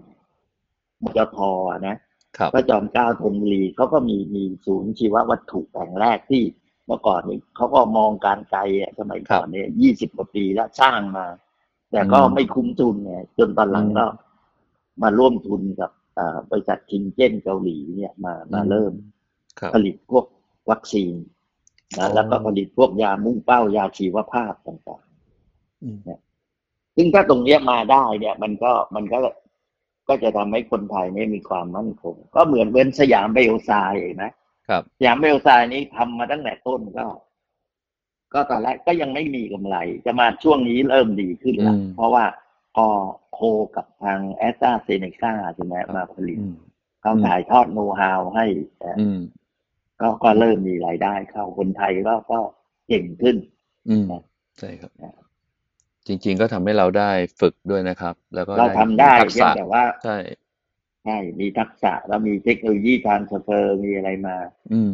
Speaker 3: มจทอะนะครับ พระจอมเกล้าธนบุรีเขาก็มีมีศูนย์ชีววัตถุแห่งแรกที่เมื่อก่อนนี้เขาก็มองการไกลอะสมัยก่อนเนี่ยยี่สิบกว่าปีแล้วสร้างมา แต่ก็
Speaker 2: อืม
Speaker 3: ไม่คุ้มทุนเนี่ย จนตอนหลัง
Speaker 2: อืม
Speaker 3: ก็มาร่วมทุนกับเอ่อบริษัทคิงเจนเกาหลีเนี่ยมามา
Speaker 2: อืม
Speaker 3: เริ่ม
Speaker 2: ครับ
Speaker 3: ผลิตพวกวัคซีน
Speaker 2: อ๋อ
Speaker 3: นะแล้วก็ผลิตพวกยามุ่งเป้ายาชีวภาพต่างๆ
Speaker 2: อืม
Speaker 3: ซึ่งถ้าตรงเนี้ยมาได้เนี่ย มันก็มันก็ก็จะทำให้คนไทยเนี่ยมีความมั่นคง ก็เหมือนเว้นสยามไบโอไซน์เห็นไหม
Speaker 2: ครับ
Speaker 3: สยามไบโอไซน์นี้ทำมาตั้งแต่ต้นก็ ก็ตอนแรกก็ยังไม่มีกำไร จะมาช่วงนี้เริ่มดีขึ้นละ
Speaker 2: อืม
Speaker 3: เพราะว่าพอโคกับทางแอสตราเซเนกาใช่ไหมมาผลิต
Speaker 2: อืม
Speaker 3: เขา
Speaker 2: อืม
Speaker 3: ถ่ายทอดโน้ตฮาวให้เอ่ออ
Speaker 2: อืม
Speaker 3: ก็ก็เริ่มมีรายได้เข้าคนไทยก็ก็เก่งขึ้น
Speaker 2: อืม
Speaker 3: นะ
Speaker 2: ใช่ครับ
Speaker 3: นะ
Speaker 2: จริง ๆ ก็ทำให้เราได้ฝึกด้วยนะครับ แล้วก็
Speaker 3: เรา
Speaker 2: ได้
Speaker 3: ทำได้
Speaker 2: ทัก
Speaker 3: เพีย
Speaker 2: ษะ
Speaker 3: งแต่ว่า
Speaker 2: ใช่
Speaker 3: ใช่ มีทักษะแล้วมีเทคโนโลยีการสเปอร์มีอะไรมา
Speaker 2: อืม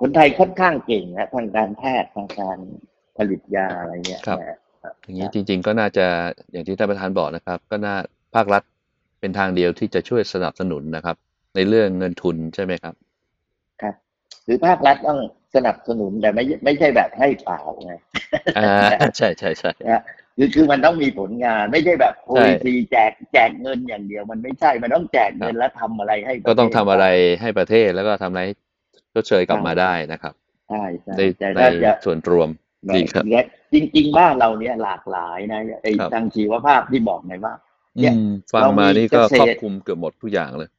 Speaker 3: คนไทยค่อนข้างเก่งนะทางการแพทย์ทางการผลิตยาอะไรเนี่ย
Speaker 2: ครับ
Speaker 3: นะฮะ
Speaker 2: อย่างนี้
Speaker 3: ครับ
Speaker 2: จริง ๆ ก็น่าจะอย่างที่ท่านประธานบอกนะครับ ก็น่าภาครัฐเป็นทางเดียวที่จะช่วยสนับสนุนนะครับ ในเรื่องเงินทุนใช่ไหมครับ
Speaker 3: หรือภาครัฐต้องสนับสนุนแต่ไม่ไม่ใช่แบบให้เปล่าไง
Speaker 2: อ่า ใช่ใช่ใช่
Speaker 3: คือคือมันต้องมีผลงานไม่ใช่แบบโอ
Speaker 2: ใช่
Speaker 3: ยซีแจกแจกเงินอย่างเดียว มันไม่ใช่ มันต้องแจกเงินแล้วทำอะไรให้ป
Speaker 2: ก็
Speaker 3: ระ
Speaker 2: ต้อง
Speaker 3: เทศ
Speaker 2: ทำอะไรให้ประเทศแล้วก็ทำอะไรให้ชดเชยกลับมาได้นะครับ
Speaker 3: ใช่ใช่
Speaker 2: ใน
Speaker 3: แต่
Speaker 2: ใน
Speaker 3: ถ้าจะ
Speaker 2: ส่วนรวม ดีครับ
Speaker 3: และจริง ๆ บ้านเราเนี่ยหลากหลายนะไอ้
Speaker 2: ครับ
Speaker 3: ทางชีวภาพที่บอกไงว่า
Speaker 2: อื
Speaker 3: เนี่ย
Speaker 2: มฟัง
Speaker 3: เรามี
Speaker 2: มานี่ก็
Speaker 3: เกษตร
Speaker 2: ครอบคลุมเกือบหมดทุกอย่างเลย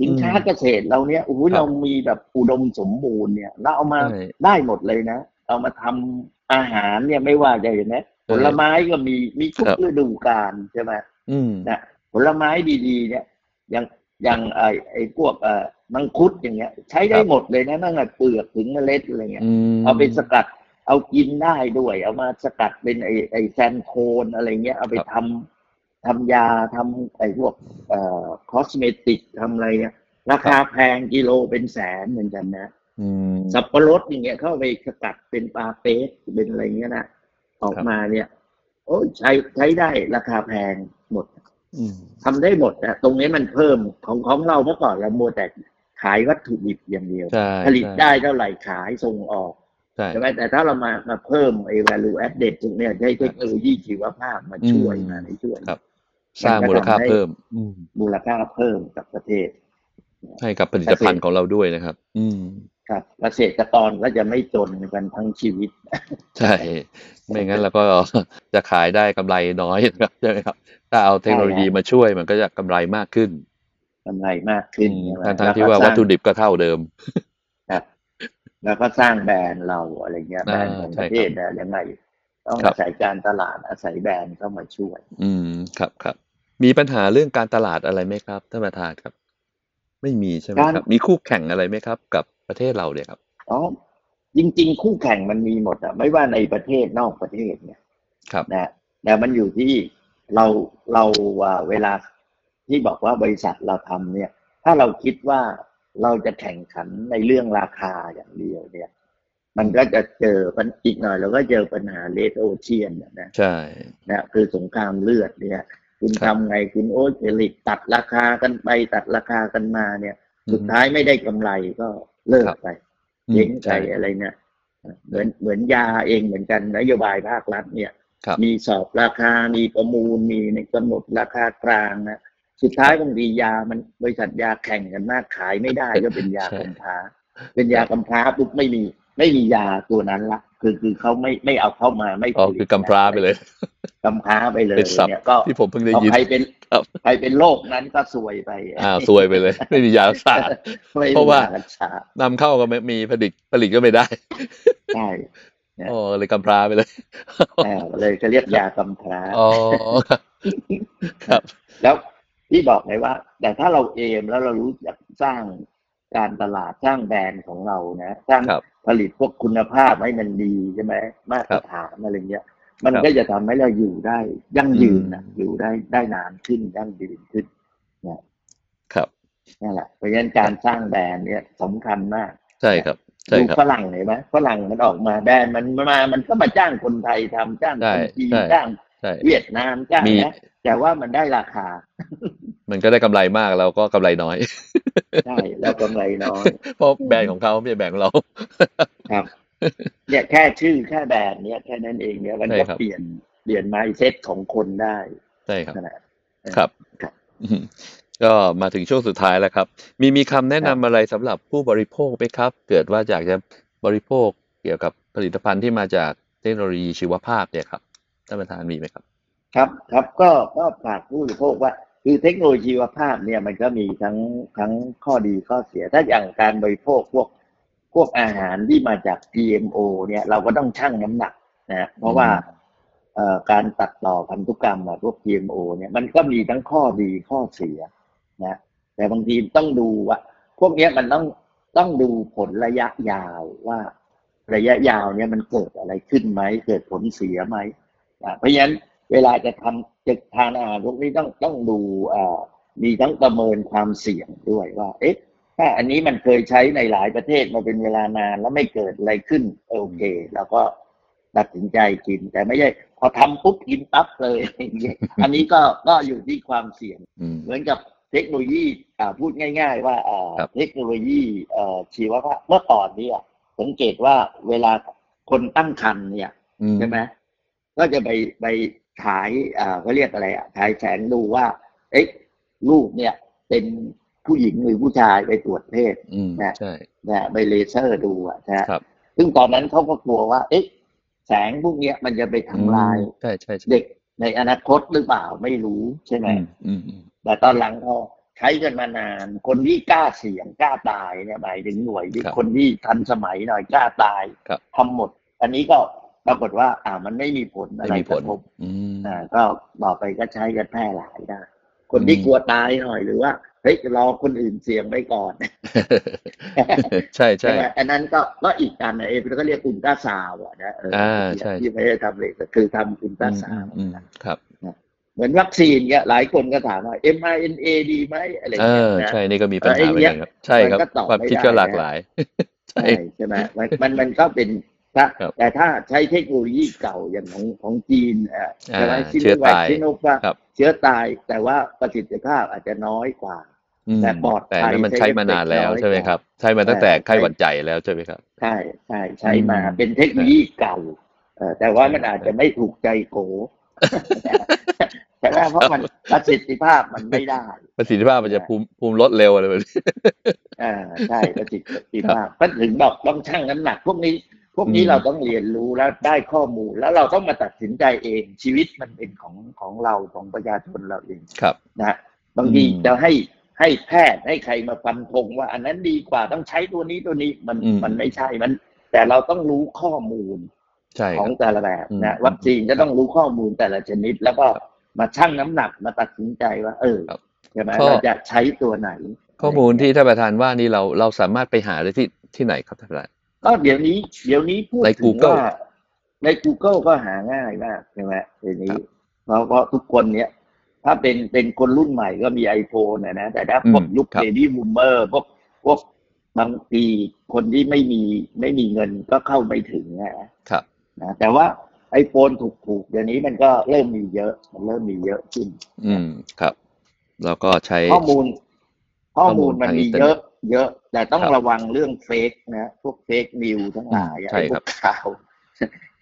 Speaker 3: สินค้า
Speaker 2: อืม
Speaker 3: เกษตรเราเนี่ยโอ้
Speaker 2: ค
Speaker 3: โห
Speaker 2: รับ
Speaker 3: เรามีแบบอุดมสมบูรณ์เนี่ยเราเอามา
Speaker 2: ใช่
Speaker 3: ได้หมดเลยนะเอามาทำอาหารเนี่ยไม่ว่าจะอย่างนี้ผลไม้ก็มีมีทุก
Speaker 2: ครับ
Speaker 3: ฤดูกาลใช่ไหม
Speaker 2: อืม
Speaker 3: นะผลไม้ดีๆ เนี่ยอย่างอย่างไอ้ไอ้พวกเอ่อมังคุดอย่างเงี้ย ใช้ได้
Speaker 2: ครับ
Speaker 3: หมดเลยนะตั้งแต่เปลือกถึงเมล็ดอะไรเงี้ย
Speaker 2: อืม
Speaker 3: เอาไปสกัดเอากินได้ด้วย เอามาสกัดเป็นไอ้ไอ้แซนโคนอะไรเงี้ยเอาไปทำทำยาทำไอ้พวก เอ่อคอสเมติกทำอะไรเนี่ยราคาแพงกิโลเป็นแสนเหมือนกันนะ
Speaker 2: อืม
Speaker 3: สับปะรดอย่างเงี้ยเข้าไปสกัดเป็นปลาเป๊ะเป็นอะไรเงี้ยนะออก
Speaker 2: ครับ
Speaker 3: มาเนี่ย โอ้ยใช้ใช้ได้ราคาแพงหมด
Speaker 2: อืม
Speaker 3: ทำได้หมดอะตรงนี้มันเพิ่มของของเราเมื่อก่อนเราโมวแต่ขายวัตถุดิบอย่างเดียว
Speaker 2: ใช่
Speaker 3: ผลิต
Speaker 2: ใช่
Speaker 3: ได้เท่าไหร่ขายส่งออก
Speaker 2: ใช่
Speaker 3: ใช่ไหมแต่ถ้าเรามามาเพิ่มไอ้ value added ตรงเนี้ยใช้เทคโนโลยีชีวภาพมาช่วยมาในช่วย
Speaker 2: ครับ สร้างมูลค่าเพิ่ม อืม
Speaker 3: มูลค่าเพิ่มกับประเทศ
Speaker 2: ให้กับผลิตภัณฑ์ของเราด้วยนะครับ อืม
Speaker 3: ครับเกษตรกรก็จะไม่จนกันทั้งชีวิต
Speaker 2: ใช่ ไม่งั้นเราก็ จะขายได้กำไรน้อยนะครับใช่ไหมครับ ถ้าเอาเทคโนโลยีมาช่วยมันก็จะกำไรมากขึ้น
Speaker 3: กำไรมากขึ้น
Speaker 2: อืม
Speaker 3: ใช่ไหม
Speaker 2: ทั้งๆ
Speaker 3: แล้ว
Speaker 2: ที่
Speaker 3: ก็
Speaker 2: ว่า
Speaker 3: ส
Speaker 2: วัต
Speaker 3: ร้าง
Speaker 2: ถุดิบก็เท่าเดิม
Speaker 3: ครับ แล้วก็สร้างแบรนด์เราอะไรเงี้ยแบรนด์
Speaker 2: อ่า
Speaker 3: ของ
Speaker 2: ใช่
Speaker 3: ประเทศนะยังไงต้อง
Speaker 2: ครั
Speaker 3: อา
Speaker 2: บ
Speaker 3: ศัยการตลาดอาศัยแบรนด์เข้ามาช่วย
Speaker 2: อืมครับครับ มีปัญหาเรื่องการตลาดอะไรไหมครับท่านประธานครับ ไม่มีใช่ไหม
Speaker 3: การ
Speaker 2: ครับ มีคู่แข่งอะไรไหมครับ กับประเทศเราเนี่ยครับ
Speaker 3: อ๋อจริง ๆ คู่แข่งมันมีหมดอะไม่ว่าในประเทศนอกประเทศเนี่ย
Speaker 2: ครับ
Speaker 3: นะแต่มันอยู่ที่เราเราอ่าเวลา ที่บอกว่าบริษัทเราทำเนี่ย ถ้าเราคิดว่าเราจะแข่งขันในเรื่องราคาอย่างเดียวเนี่ย มันก็จะเจอปัญอีกหน่อยเราก็เจอปัญหาเลดโอเชียนนะ
Speaker 2: ใช่
Speaker 3: นะคือสงครามเลือดเนี่ย คุณ
Speaker 2: ครับ
Speaker 3: ทำไงคุณโอ้ยเฉลิกตัดราคากันไปตัดราคากันมาเนี่ย
Speaker 2: อือฮึ
Speaker 3: สุดท้ายไม่ได้กำไรก็เลิกไป
Speaker 2: อืม
Speaker 3: เจ๊งไป
Speaker 2: ใช่
Speaker 3: อะไรเนี่ยเหมือนเหมือนยาเองเหมือนกันนโยบายภาครัฐเนี่ย
Speaker 2: ครับ
Speaker 3: มีสอบราคามีประมูลมีในกำหนดราคากลางนะสุดท้ายบางทียามันบริษัทยาแข่งกันมากขายไม่ได้ก็เป็นยา
Speaker 2: ใช่
Speaker 3: กำพร้า เป็นยากำพร้าปุ๊บไม่มีไม่มียาตัวนั้นละคือคือเขาไม่ไม่เอาเข้ามาไม่
Speaker 2: อ๋อ
Speaker 3: ผลิต
Speaker 2: คือกำพร้า
Speaker 3: นะ
Speaker 2: ไปเลย
Speaker 3: กำพร้าไปเลย
Speaker 2: เป็นศัพท์
Speaker 3: เนี่ยก็
Speaker 2: ที่ผมเพิ่งได้
Speaker 3: เอา
Speaker 2: ยิน
Speaker 3: ใครเป็น
Speaker 2: ครับ
Speaker 3: ใครเป็นโรคนั้นก็ซวยไป
Speaker 2: อ่าซวยไปเลย ไม่มียารักษา
Speaker 3: ไม่
Speaker 2: เพราะว่า
Speaker 3: รักษาน
Speaker 2: ำเข้าก็ไม่มีผลิตผลิตก็ไม่ได้
Speaker 3: ใช่ เนี่ย
Speaker 2: อ๋อเลยกำพร้าไปเลย
Speaker 3: อ่าเลยจะเรียกยากำพร้า
Speaker 2: อ๋อครับครับ
Speaker 3: แล้วที่บอกไงว่า แต่ถ้าเราเอมแล้วเรารู้จักสร้างการตลาดสร้างแบรนด์ของเรานะสร้าง
Speaker 2: ครับ
Speaker 3: ผลิตพวกคุณภาพให้มันดีใช่ไหมมาตรฐานอะไรเงี้ย มัน
Speaker 2: ครับ
Speaker 3: ก็จะทำให้เราอยู่ได้ยั่งยืนนะ
Speaker 2: อืม
Speaker 3: อยู่ได้ได้นานขึ้นยั่งยืนขึ้น
Speaker 2: ครับ
Speaker 3: นั่นแหละเพราะฉะนั้นการสร้างแบรนด์เนี่ยสำคัญมาก
Speaker 2: ใช่ครับ ใช่
Speaker 3: ดู
Speaker 2: ครับ
Speaker 3: ฝรั่งเห็นไหมฝรั่งมันออกมาแบรนด์มันมา มันก็มาจ้างคนไทยทำจ้าง
Speaker 2: ใช่
Speaker 3: คนจีน
Speaker 2: ใช่
Speaker 3: จ้าง
Speaker 2: ใช่
Speaker 3: เวียดนามจ้าง
Speaker 2: มี
Speaker 3: นะแต่ว่ามันได้ราคา
Speaker 2: มันก็ได้กำไรมากเราก็กำไรน้อย
Speaker 3: ใช่แล้วกำไรน้อย
Speaker 2: เพราะแบรนด์ของเขาไม่ใช่แบรนด์ของเรา
Speaker 3: ครับ เนี่ยแค่ชื่อแค่แบรนด์เนี่ยแค่นั้นเองเนี่ยมันก็
Speaker 2: ใช่ครับ
Speaker 3: เปลี่ยนเปลี่ยน mindset ของคนได้
Speaker 2: ใช่ครับ
Speaker 3: นั่นแหละ
Speaker 2: ครับ
Speaker 3: ครับ
Speaker 2: อืมก็มาถึงช่วงสุดท้ายแล้วครับ มีมีคำแนะนำอะไรสำหรับผู้บริโภคไหมครับ เกิดว่าอยากจะบริโภคเกี่ยวกับผลิตภัณฑ์ที่มาจากเทคโนโลยีชีวภาพเนี่ยครับท่านประธานมีไหมครับ
Speaker 3: ครับครับก็ก็ฝากผู้บริโภคว่าคือเทคโนโลยีชีวภาพเนี่ยมันก็มีทั้งทั้งข้อดีข้อเสีย ถ้าอย่างการบริโภคพวกพวกอาหารที่มาจาก GMO เนี่ยเราก็ต้องชั่งน้ำหนักนะเพราะว่า
Speaker 2: อืม
Speaker 3: เอ่อการตัดต่อพันธุกรรมอะพวก GMO เนี่ยมันก็มีทั้งข้อดีข้อเสียนะแต่บางทีต้องดูว่าพวกเนี้ยมันต้องต้องดูผลระยะยาวว่าระยะยาวเนี่ยมันเกิดอะไรขึ้นไหมเกิดผลเสียไหม อ่ะเพราะฉะนั้นเวลาจะทำจะทานอาหารพวกนี้ต้องต้องดูเอ่อมีทั้งประเมินความเสี่ยงด้วยว่า เอ๊ะ ถ้าอันนี้มันเคยใช้ในหลายประเทศมาเป็นเวลานานแล้วไม่เกิดอะไรขึ้น โอเคเราก็ตัดสินใจกิน แต่ไม่ใช่พอทำปุ๊บกินปั๊บเลย อย่างเงี้ยอันนี้ก็ก็อยู่ที่ความเสี่ยง
Speaker 2: อืม
Speaker 3: เหมือนกับเทคโนโลยีอ่าพูดง่าย ๆ ว่าอ่า
Speaker 2: ครับ
Speaker 3: เทคโนโลยีเอ่อชีวภาพเมื่อก่อนเนี่ยสังเกตว่าเวลาคนตั้งครรภ์เนี่ย
Speaker 2: อืม
Speaker 3: ใช่ไหมก็จะไปไปฉายอ่าเขาเรียกอะไรอ่ะฉายแสงดูว่า เอ๊ะลูกเนี่ย เป็นผู้หญิงหรือผู้ชายไปตรวจเพศ
Speaker 2: อืม
Speaker 3: นะ
Speaker 2: ใช่
Speaker 3: นะไปเลเซอร์ดูอ่ะนะฮะ
Speaker 2: ครับ
Speaker 3: ซึ่งตอนนั้นเขาก็กลัวว่า เอ๊ะ แสงพวกเนี้ยมันจะไปทำลาย
Speaker 2: อืมใช่ใช่ใช่
Speaker 3: เด็กในอนาคตหรือเปล่าไม่รู้ใช่ไหม
Speaker 2: อืมอืมอืม
Speaker 3: แต่ตอนหลังพอใช้กันมานาน คนที่กล้าเสี่ยงกล้าตายเนี่ยหมายถึงหน่วยที่
Speaker 2: ครับ
Speaker 3: คนที่ทันสมัยหน่อยกล้าตาย
Speaker 2: ครับ
Speaker 3: ทำหมด อันนี้ก็ปรากฏว่า อ่ามันไม่มีผลอะไร
Speaker 2: ไม่มี
Speaker 3: ก
Speaker 2: ผล
Speaker 3: ระทบ
Speaker 2: อืม
Speaker 3: อ่า ก็ต่อไปก็ใช้กันแพร่หลายได้คนที่
Speaker 2: อืม
Speaker 3: กลัวตายหน่อยหรือว่าเฮ้ยรอคนอื่นเสี่ยงไปก่อน
Speaker 2: ใช่ใช่
Speaker 3: ไหมอันนั้นก็ก็อีกอันนะเองก็เรียกอุลตราซาวด์อะนะเออ
Speaker 2: อ่า
Speaker 3: ที่
Speaker 2: ใช่
Speaker 3: ที่ไม่ได้ทำเลยก็คือทำอุลตราซา
Speaker 2: อื
Speaker 3: ว
Speaker 2: ม
Speaker 3: ด์
Speaker 2: อืม
Speaker 3: นะ
Speaker 2: ครับ
Speaker 3: เหมือนวัคซีนเนี่ยหลายคนก็ถามว่า mRNA ดีไหมอะไร
Speaker 2: เอ
Speaker 3: เงี้ย
Speaker 2: อ
Speaker 3: นะ
Speaker 2: ใช่นี่ก็มีปัญหาเหมือนกันครับ ใช่ครับ
Speaker 3: มันก็ตอบ
Speaker 2: ความ
Speaker 3: ไม่
Speaker 2: คิด
Speaker 3: ได้
Speaker 2: ก็หลาก
Speaker 3: นะ
Speaker 2: หลาย ใช่
Speaker 3: ใช่ใช่ไหมมันมันมันก็เป็นถ้า
Speaker 2: ครับ
Speaker 3: แต่ถ้าใช้เทคโนโลยีเก่าอย่างของของจีนอ่ะใช่ไหม
Speaker 2: อ่า
Speaker 3: ซิ
Speaker 2: เชื้อ
Speaker 3: โนแวค
Speaker 2: ตาย
Speaker 3: ซิโนฟา
Speaker 2: ครับ
Speaker 3: เชื้อตายแต่ว่าประสิทธิภาพอาจจะน้อยกว่า
Speaker 2: อืม
Speaker 3: แต่ปลอดภั
Speaker 2: แต่
Speaker 3: ย
Speaker 2: นั่นมันใช้มานานแล้วใช่ไหมครับ ใช้มาตั้งแต่ไข้หวัดใหญ่แล้วใช่ไหมครับ
Speaker 3: ใช่ใช่ใช้มา
Speaker 2: อืม
Speaker 3: เป็นเทคโนโลยีเก่าเออแต่ว่ามันอาจจะไม่ถูกใจ โกแต่ว่าเพราะมันประสิทธิภาพมันไม่ได้
Speaker 2: ประสิทธิภาพมันจะภูมิภูมิลดเร็วอะไรแบบนี้
Speaker 3: อ่าใช่ประสิทธิภาพก็ถึงบอกต้องชั่งน้ำหนัก พวกนี้ พวกนี้
Speaker 2: อืม
Speaker 3: เราต้องเรียนรู้แล้วได้ข้อมูล แล้วเราต้องมาตัดสินใจเองชีวิตมันเป็นของของเราของประชาชนเราเอง
Speaker 2: ครับ
Speaker 3: นะบางที
Speaker 2: อืม
Speaker 3: จะให้ให้แพทย์ให้ใครมาฟันธงว่า อันนั้นดีกว่าต้องใช้ตัวนี้ตัวนี้มัน
Speaker 2: อืม
Speaker 3: มันไม่ใช่มัน แต่เราต้องรู้ข้อมูล
Speaker 2: ใช่ค
Speaker 3: ข
Speaker 2: รั
Speaker 3: อง
Speaker 2: บ
Speaker 3: แต่ละแบบ
Speaker 2: อืม
Speaker 3: นะวัคซีนก็ต้องรู้ข้อมูลแต่ละชนิด แล้วก็มาชั่งน้ำหนักมาตัดสินใจว่า เออ
Speaker 2: ครับ
Speaker 3: ใช่ไหม
Speaker 2: ข้อ
Speaker 3: เราจะใช้ตัวไหน
Speaker 2: ข้อมูลที่ท่านประธานว่านี่เราเราสามารถไปหาได้ที่ที่ไหนครับท่านประธาน
Speaker 3: ก็เดี๋ยวนี้เดี๋ยวนี้พูด
Speaker 2: ใน
Speaker 3: ถึง
Speaker 2: Google
Speaker 3: ว่าใน Google ก็หาง่ายมากใช่ไหมเดี๋ยวนี้เพราะเพราะทุกคนเนี้ย ถ้าเป็นเป็นคนรุ่นใหม่ก็มี iPhone นะนะ แต่ถ้าพวก
Speaker 2: อืม
Speaker 3: ยุค
Speaker 2: ครับ
Speaker 3: เบบี้บูมเมอร์พวกพวกบางทีคนที่ไม่มีไม่มีเงินก็เข้าไม่ถึงนะ
Speaker 2: ครับ
Speaker 3: นะแต่ว่าไอโฟนถูกๆเดี๋ยวนี้มันก็เริ่มมีเยอะ มันเริ่มมีเยอะขึ้น
Speaker 2: อืมครับ แล้วก็ใช้
Speaker 3: ข้อมูล ข้อ
Speaker 2: ข้
Speaker 3: มูล
Speaker 2: อมูล
Speaker 3: มัน
Speaker 2: ทาง
Speaker 3: มี
Speaker 2: อินเทอร์เน็
Speaker 3: เยอะ
Speaker 2: ต
Speaker 3: เยอะ แต่ต้อง
Speaker 2: ครับ
Speaker 3: ระวังเรื่องเฟกนะพวกเฟกนิวทั้งหลายอะ
Speaker 2: ใช่
Speaker 3: ไอ้
Speaker 2: ค
Speaker 3: พ
Speaker 2: รับ
Speaker 3: วกข่าว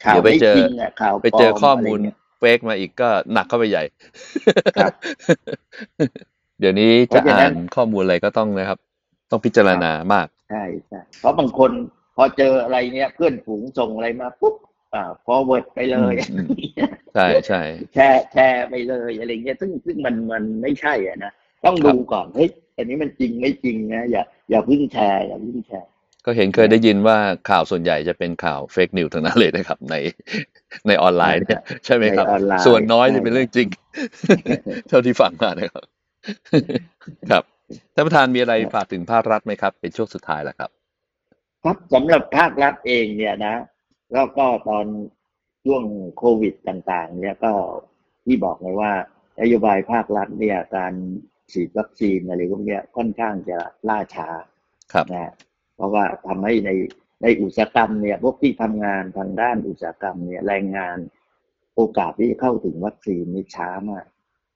Speaker 3: ข่า
Speaker 2: เดี๋
Speaker 3: ว
Speaker 2: ยวไป
Speaker 3: ไม่
Speaker 2: เจอ
Speaker 3: จริงอะข่าว
Speaker 2: ไปเจอ
Speaker 3: ปลม
Speaker 2: ข้อมูล
Speaker 3: ะไรเงี้ย
Speaker 2: เฟกมาอีกก็หนักเข้าไปใหญ่
Speaker 3: ครับ
Speaker 2: เดี๋ยวนี้
Speaker 3: เพ
Speaker 2: จะ
Speaker 3: ราะฉะนั้
Speaker 2: อ่าน
Speaker 3: น
Speaker 2: ข้อมูลอะไรก็ต้องนะครับ ต้องพิจารณามาก
Speaker 3: ใช่ใช่เพราะบางคนพอเจออะไรเนี้ยเพื่อนฝูงส่งอะไรมาปุ๊บอ่า forward ไปเลย
Speaker 2: อืม ใช่ใช่
Speaker 3: แชร์แชร์ไปเลยอะไรเงี้ยซึ่งซึ่งมันมันไม่ใช่อ่ะนะต้องดูก่อนเฮ้ยอันนี้มันจริงไม่จริงนะอย่าอย่าเพิ่งแชร์อย่าเพิ่งแชร์
Speaker 2: ก็เห็นเคยได้ยินว่าข่าวส่วนใหญ่จะเป็นข่าวเฟกนิวทั้งนั้นเลยนะครับ ในในออนไลน์เนี่ยใช่ไหมครับ
Speaker 3: ในออนไลน์
Speaker 2: ส่วนน้อย
Speaker 3: ใช่
Speaker 2: จะเป็นเรื่องจริง เท่าที่ฟังมานะครับ ครับท่านประธานมีอะไรฝากถึงภาครัฐไหมครับ เป็นช่วงสุดท้ายแล้วครับ
Speaker 3: ครับสำหรับภาครัฐเองเนี่ยนะแล้วก็ตอนช่วงโควิดต่างๆ เนี่ยก็ที่บอกไงว่านโยบายภาครัฐเนี่ยการฉีดวัคซีนอะไรพวกเนี้ยค่อนข้างจะล่าช้า
Speaker 2: ครับ
Speaker 3: นะเพราะว่าทำให้ในในอุตสาหกรรมเนี่ยพวกที่ทำงานทางด้านอุตสาหกรรมเนี่ยแรงงานโอกาสที่จะเข้าถึงวัคซีนนี่ช้ามาก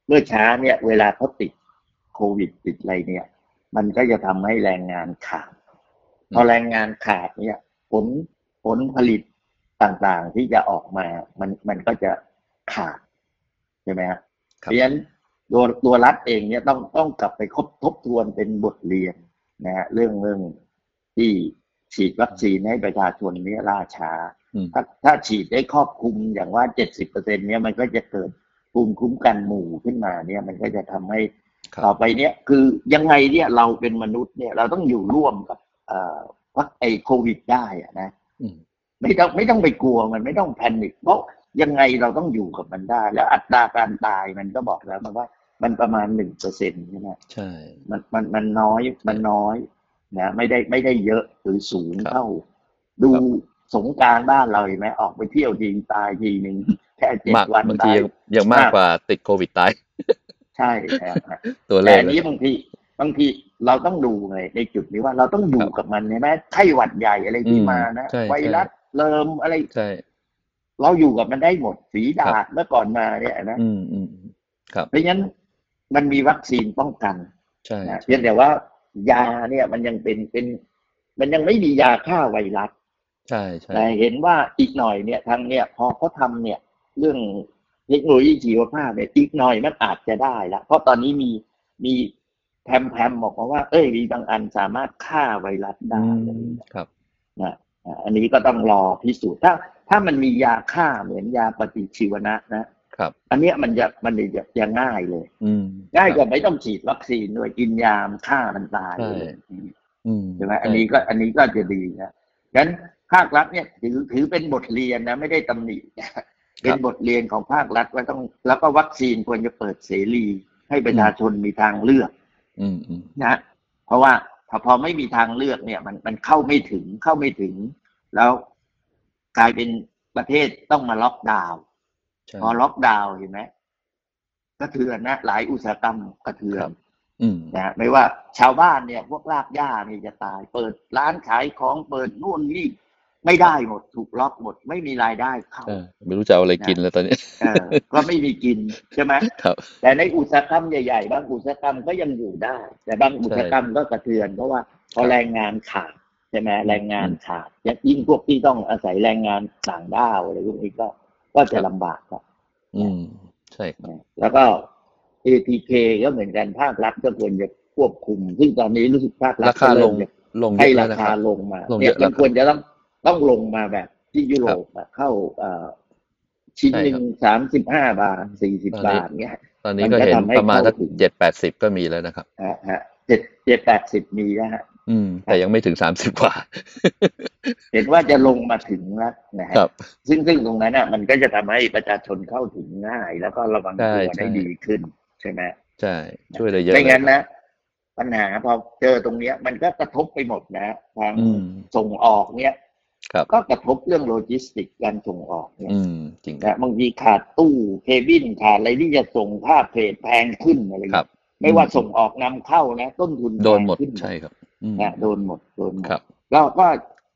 Speaker 3: เมื่อช้าเนี่ยเวลาเขาติดโควิดติดอะไรเนี่ย มันก็จะทำให้แรงงานขาด
Speaker 2: อืม
Speaker 3: พอแรงงานขาดเนี่ย ผลผลผลิตต่างๆที่จะออกมา มันมันก็จะขาดใช่ไหมฮะ
Speaker 2: ครับ
Speaker 3: เพราะฉะนั้นตัวตัวรัฐเองเนี่ยต้องต้องกลับไปคบทบทวนเป็นบทเรียนนะฮะเรื่องเรื่องที่ฉีดวัคซีนให้ประชาชนเนี่ยล่าช้า
Speaker 2: อืม
Speaker 3: ถ้าถ้าฉีดได้ครอบคลุมอย่างว่าเจ็ดสิบเปอร์เซ็นเนี่ยมันก็จะเกิดภูมิคุ้มกันหมู่ขึ้นมาเนี่ย มันก็จะทำให้
Speaker 2: ครั
Speaker 3: ต่อบ ไปเนี่ยคือยังไงเนี่ยเราเป็นมนุษย์เนี่ยเราต้องอยู่ร่วมกับเอ่อวัคไอโควิดได้อะนะ
Speaker 2: อืม
Speaker 3: ไม่ต้องไม่ต้องไปกลัวมันไม่ต้องแพนิคเพราะยังไงเราต้องอยู่กับมันได้ แล้วอัตราการตายมันก็บอกแล้วมันว่า มันประมาณหนึ่งเปอร์เซ็นต์ใช่ไหม
Speaker 2: ใช่
Speaker 3: มันมันมันน้อยมันน้อยนะไม่ได้ไม่ได้เยอะหรือสูง
Speaker 2: ครับ
Speaker 3: เท่า ดู
Speaker 2: ครับ
Speaker 3: สงกรารบ้านเราเห็นไหมออกไปเที่ยวทีตายทีหนึ่งแค่เจ็ด
Speaker 2: มาก
Speaker 3: วัน
Speaker 2: บางที
Speaker 3: ตาย
Speaker 2: ยังยังมากกว่าติดโควิดตาย
Speaker 3: ใช่ครับ
Speaker 2: ตัวเล
Speaker 3: แต่
Speaker 2: ข
Speaker 3: อัน
Speaker 2: เลย
Speaker 3: นี้บางทีบางทีเราต้องดูไงในจุดนี้ว่าเราต้องอยู่
Speaker 2: ครับ
Speaker 3: กับมันใช่ไหมไข้หวัดใหญ่อะไรที่
Speaker 2: อืม
Speaker 3: มานะ
Speaker 2: ใช่ใช่
Speaker 3: ไวรัสเริมอะไร
Speaker 2: ใช่
Speaker 3: เราอยู่กับมันได้หมดฝีดา
Speaker 2: ครั
Speaker 3: ด
Speaker 2: บ
Speaker 3: เมื่อก่อนมาเนี่ยนะ
Speaker 2: อืมอืมอืมครับ
Speaker 3: เพราะฉะนั้นมันมีวัคซีนป้องกัน
Speaker 2: ใช่ใช่
Speaker 3: นะเพียงแต่ว่ายาเนี่ยมันยังเป็นเป็น มันยังไม่มียาฆ่าไวรัส
Speaker 2: ใช่ใช่
Speaker 3: แต่เห็นว่าอีกหน่อยเนี่ยทางเนี่ยพอเขาทำเนี่ย เรื่องเทคโนโลยีชีวภาพเนี่ยอีกหน่อยมันอาจจะได้ละเพราะตอนนี้มีมีแพมแพมบอกมาว่า เอ้ยมีบางอันสามารถฆ่าไวรัส
Speaker 2: อื
Speaker 3: ได้
Speaker 2: ม
Speaker 3: อะไรอย่างเงี้ย
Speaker 2: ครับ
Speaker 3: นะอ่ะอันนี้ก็ต้องรอพิสูจน์ถ้า ถ้ามันมียาฆ่าเหมือนยาปฏิชีวนะนะ
Speaker 2: ครับ
Speaker 3: อันเนี้ยมันจะมันจะจะง่ายเลย
Speaker 2: อืม
Speaker 3: ง่าย
Speaker 2: ค
Speaker 3: ก
Speaker 2: รับ
Speaker 3: ว่าไม่ต้องฉีดวัคซีนด้วยกินยามฆ่ามันตาย
Speaker 2: ใช่
Speaker 3: เลย
Speaker 2: อืม
Speaker 3: ใช่ไหม
Speaker 2: ใช่
Speaker 3: อันนี้ก็อันนี้ก็จะดีนะฉะนั้นภาครัฐเนี่ยถือถือเป็นบทเรียนนะ ไม่ได้ตำหนินะเป็นบทเรียนของภาครัฐว่าต้องแล้วก็วัคซีนควรจะเปิดเสรี ให้ประชาชนมีทางเลือก
Speaker 2: อืมอืม
Speaker 3: นะเพราะว่าถ้าพอไม่มีทางเลือกเนี่ย มันมันเข้าไม่ถึงเข้าไม่ถึง แล้วกลายเป็นประเทศต้องมาล็อกดาวน์
Speaker 2: ใช่
Speaker 3: พอล็อกดาวน์เห็นไหมกระเทือนนะหลายอุตสาหกรรมกระเทือ
Speaker 2: ครั
Speaker 3: น
Speaker 2: บ อืม
Speaker 3: นะฮะไม่ว่าชาวบ้านเนี่ย พวกรากหญ้านี่จะตาย เปิดร้านขายของเปิดนู่นนี่ไม่ได้หมดถูกล็อกหมด ไม่มีรายได้เข้า
Speaker 2: เออไม่รู้จะเอาอะไรกินแล้วตอนนี้
Speaker 3: เออ ก็ไม่มีกินใช่ไหม
Speaker 2: ครับ
Speaker 3: แต่ในอุตสาหกรรมใหญ่ๆบางอุตสาหกรรมก็ยังอยู่ได้ แต่บางอุตสาหกรรมก็กระเทือน เพราะว่าพอแรงงานขาดใช่ไหมแรงงานขาดและยิ่งพวกที่ต้องอาศัยแรงงานต่างด้าวอะไรพวกนี้ก็ก็จะลำบากครับ
Speaker 2: อืม ใช่ครับ
Speaker 3: นะแล้วก็ ATK ก็เหมือนกันภาครัฐก็ควรจะควบคุม ซึ่งตอนนี้รู้สึกภาครัฐ
Speaker 2: ราคา
Speaker 3: ก็
Speaker 2: ล
Speaker 3: เริ่ม
Speaker 2: ง
Speaker 3: จะ
Speaker 2: ลงเย
Speaker 3: ให้
Speaker 2: อะแล้
Speaker 3: ราว
Speaker 2: นะ
Speaker 3: คา
Speaker 2: ครับ
Speaker 3: ลงมา
Speaker 2: ลงเยอะแล้
Speaker 3: เนี่ย
Speaker 2: วน ครั
Speaker 3: มั
Speaker 2: บ
Speaker 3: ควรจะต้องต้องลงมาแบบที่ยุโรปอะเข้าเอ่อชิ้น
Speaker 2: ใช่
Speaker 3: หนึ่
Speaker 2: ครั
Speaker 3: ง
Speaker 2: บ
Speaker 3: สามสิบห้าบาทสี่สิบ
Speaker 2: ตอนนี้
Speaker 3: บาทเนี่ย
Speaker 2: ตอนนี้
Speaker 3: มัน
Speaker 2: ก็
Speaker 3: ก็
Speaker 2: เห็น
Speaker 3: ทำให้
Speaker 2: ประมาณสัก
Speaker 3: เข้าถึง
Speaker 2: เจ็ดแปดสิบก็มีแล้วนะครับ
Speaker 3: ฮะฮะเจ็ดเจ็ดแปดสิบมีนะฮะ
Speaker 2: อืม แต่ยังไม่ถึงสามสิบ กว่า
Speaker 3: เห็นว่าจะลงมาถึงแล้วนะฮะ
Speaker 2: ครับ
Speaker 3: ซึ่งซึ่งตรงนั้นอ่ะ มันก็จะทำให้ประชาชนเข้าถึงง่าย แล้วก็ระวัง
Speaker 2: ใช่
Speaker 3: ตัว
Speaker 2: ใช่
Speaker 3: ได้ดีขึ้นใช่ไหม
Speaker 2: ใช่ ช่วยได้เยอะ
Speaker 3: ไม่
Speaker 2: เลย
Speaker 3: งั้นนะ ปัญหาพอเจอตรงเนี้ย มันก็กระทบไปหมดนะทาง
Speaker 2: อืม
Speaker 3: ส่งออกเนี้ย
Speaker 2: ครับ
Speaker 3: ก็กระทบเรื่องโลจิสติกส์การส่งออกเนี่ย
Speaker 2: อืม จริงครับ
Speaker 3: นะบางทีขาดตู้เคบินขาดอะไรที่จะส่งค่าเทรดแพงขึ้นอะไร
Speaker 2: ครั
Speaker 3: เงี้
Speaker 2: บ
Speaker 3: ยไม่ว่าส่งออกนำเข้านะ ต้นทุน
Speaker 2: โดนหมด
Speaker 3: แพงขึ้
Speaker 2: ใช่ครับ อืม
Speaker 3: นะโดนหมดโดนหมด
Speaker 2: ครับ
Speaker 3: เราก็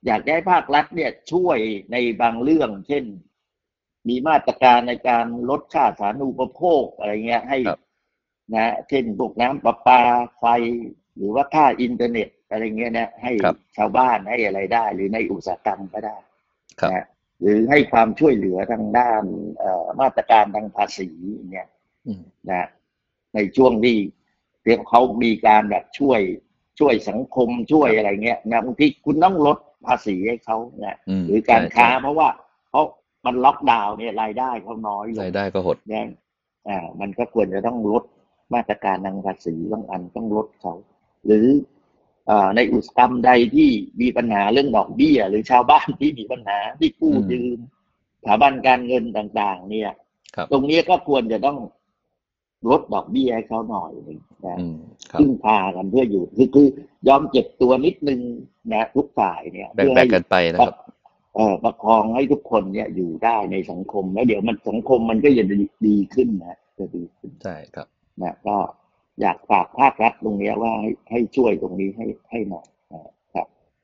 Speaker 3: อยากให้ภาครัฐเนี่ยช่วยในบางเรื่อง เช่น มีมาตรการในการลดค่าสาธารณูปโภคอะไรเงี้ยให้
Speaker 2: ครับ
Speaker 3: นะเช่นพวกน้ำประปาไฟ หรือว่าค่าอินเทอร์เน็ตอะไรเงี้ยนะให้
Speaker 2: ครับ
Speaker 3: ชาวบ้านให้อะไรได้ หรือในอุตสาหกรรมก็ได้
Speaker 2: ครับ
Speaker 3: นะหรือให้ความช่วยเหลือทางด้านเอ่อมาตรการทางภาษีเนี่ย
Speaker 2: อืม
Speaker 3: นะในช่วงที่เดี๋ยวเขามีการแบบช่วยช่วยสังคมช่วยอะไรเงี้ยนะบางทีคุณต้องลดภาษีให้เขานะ
Speaker 2: อืม
Speaker 3: หรือการ
Speaker 2: ใช่
Speaker 3: ค้า
Speaker 2: ใช่
Speaker 3: เพราะว่าเพราะมันล็อกดาวน์เนี่ยรายได้เขาน้อยล
Speaker 2: ราย
Speaker 3: ง
Speaker 2: ได้ก็หด
Speaker 3: นะอ่ามันก็ควรจะต้องลดมาตรการทางภาษีบางอันต้องลดเขาหรือเอ่อในอุตสาหกรรมใดที่มีปัญหาเรื่องดอกเบี้ย หรือชาวบ้านที่มีปัญหาที่กู้
Speaker 2: อืม
Speaker 3: ยืม สถาบันการเงินต่างๆ เนี่ย
Speaker 2: ครับ
Speaker 3: ตรงนี้ก็ควรจะต้องลดดอกเบี้ยให้เขาหน่อยหนึ่งนะ
Speaker 2: อืมครับ
Speaker 3: พึ่งพากันเพื่ออยู่คือคือยอมเจ็บตัวนิดนึงนะ ทุกฝ่ายเนี่ย
Speaker 2: แบ่ง
Speaker 3: เพื่อ
Speaker 2: แบ่
Speaker 3: ให้
Speaker 2: งกันไปนะครับ
Speaker 3: เอ่อประคองให้ทุกคนเนี่ยอยู่ได้ในสังคมแล้วเดี๋ยวมันสังคมมันก็จะดีดีขึ้นนะจะดีขึ้น
Speaker 2: ใช่ครับ
Speaker 3: นะก็อยากฝากภาครัฐตรงเนี้ยว่าให้ให้ช่วยตรงนี้ให้ให้หน่อย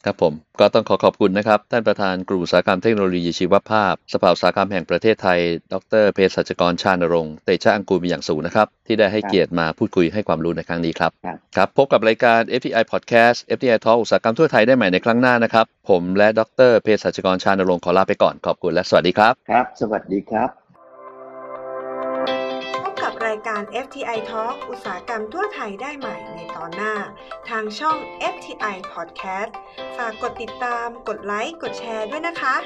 Speaker 2: ครับผมก็ต้องขอขอบคุณนะครับ ท่านประธานกลุ่มอุตสาหกรรมเทคโนโลยีชีวภาพ สภาอุตสาหกรรมแห่งประเทศไทย ดรเภสัชกรชานรงค์เตชะอังกูลเป็นอย่างสูงนะครับ ที่ได้ให้
Speaker 3: ครับ
Speaker 2: เกียรติมาพูดคุยให้ความรู้ในครั้งนี้ครับ
Speaker 3: ครับ
Speaker 2: ครับ พบกับรายการ FTI Podcast FTI Talk อุตสาหกรรมทั่วไทยได้ใหม่ในครั้งหน้านะครับ ผมและดรเภสัชกรชานรงค์ขอลาไปก่อนขอบคุณและสวัสดีครับ
Speaker 3: ครับ สวัสดีครับ
Speaker 1: พบกับรายการ FTI Talk อุตสาหกรรมทั่วไทยได้ใหม่ในตอนหน้า ทางช่อง FTI Podcast ฝากกดติดตาม กดไลค์ กดแชร์ด้วยนะคะ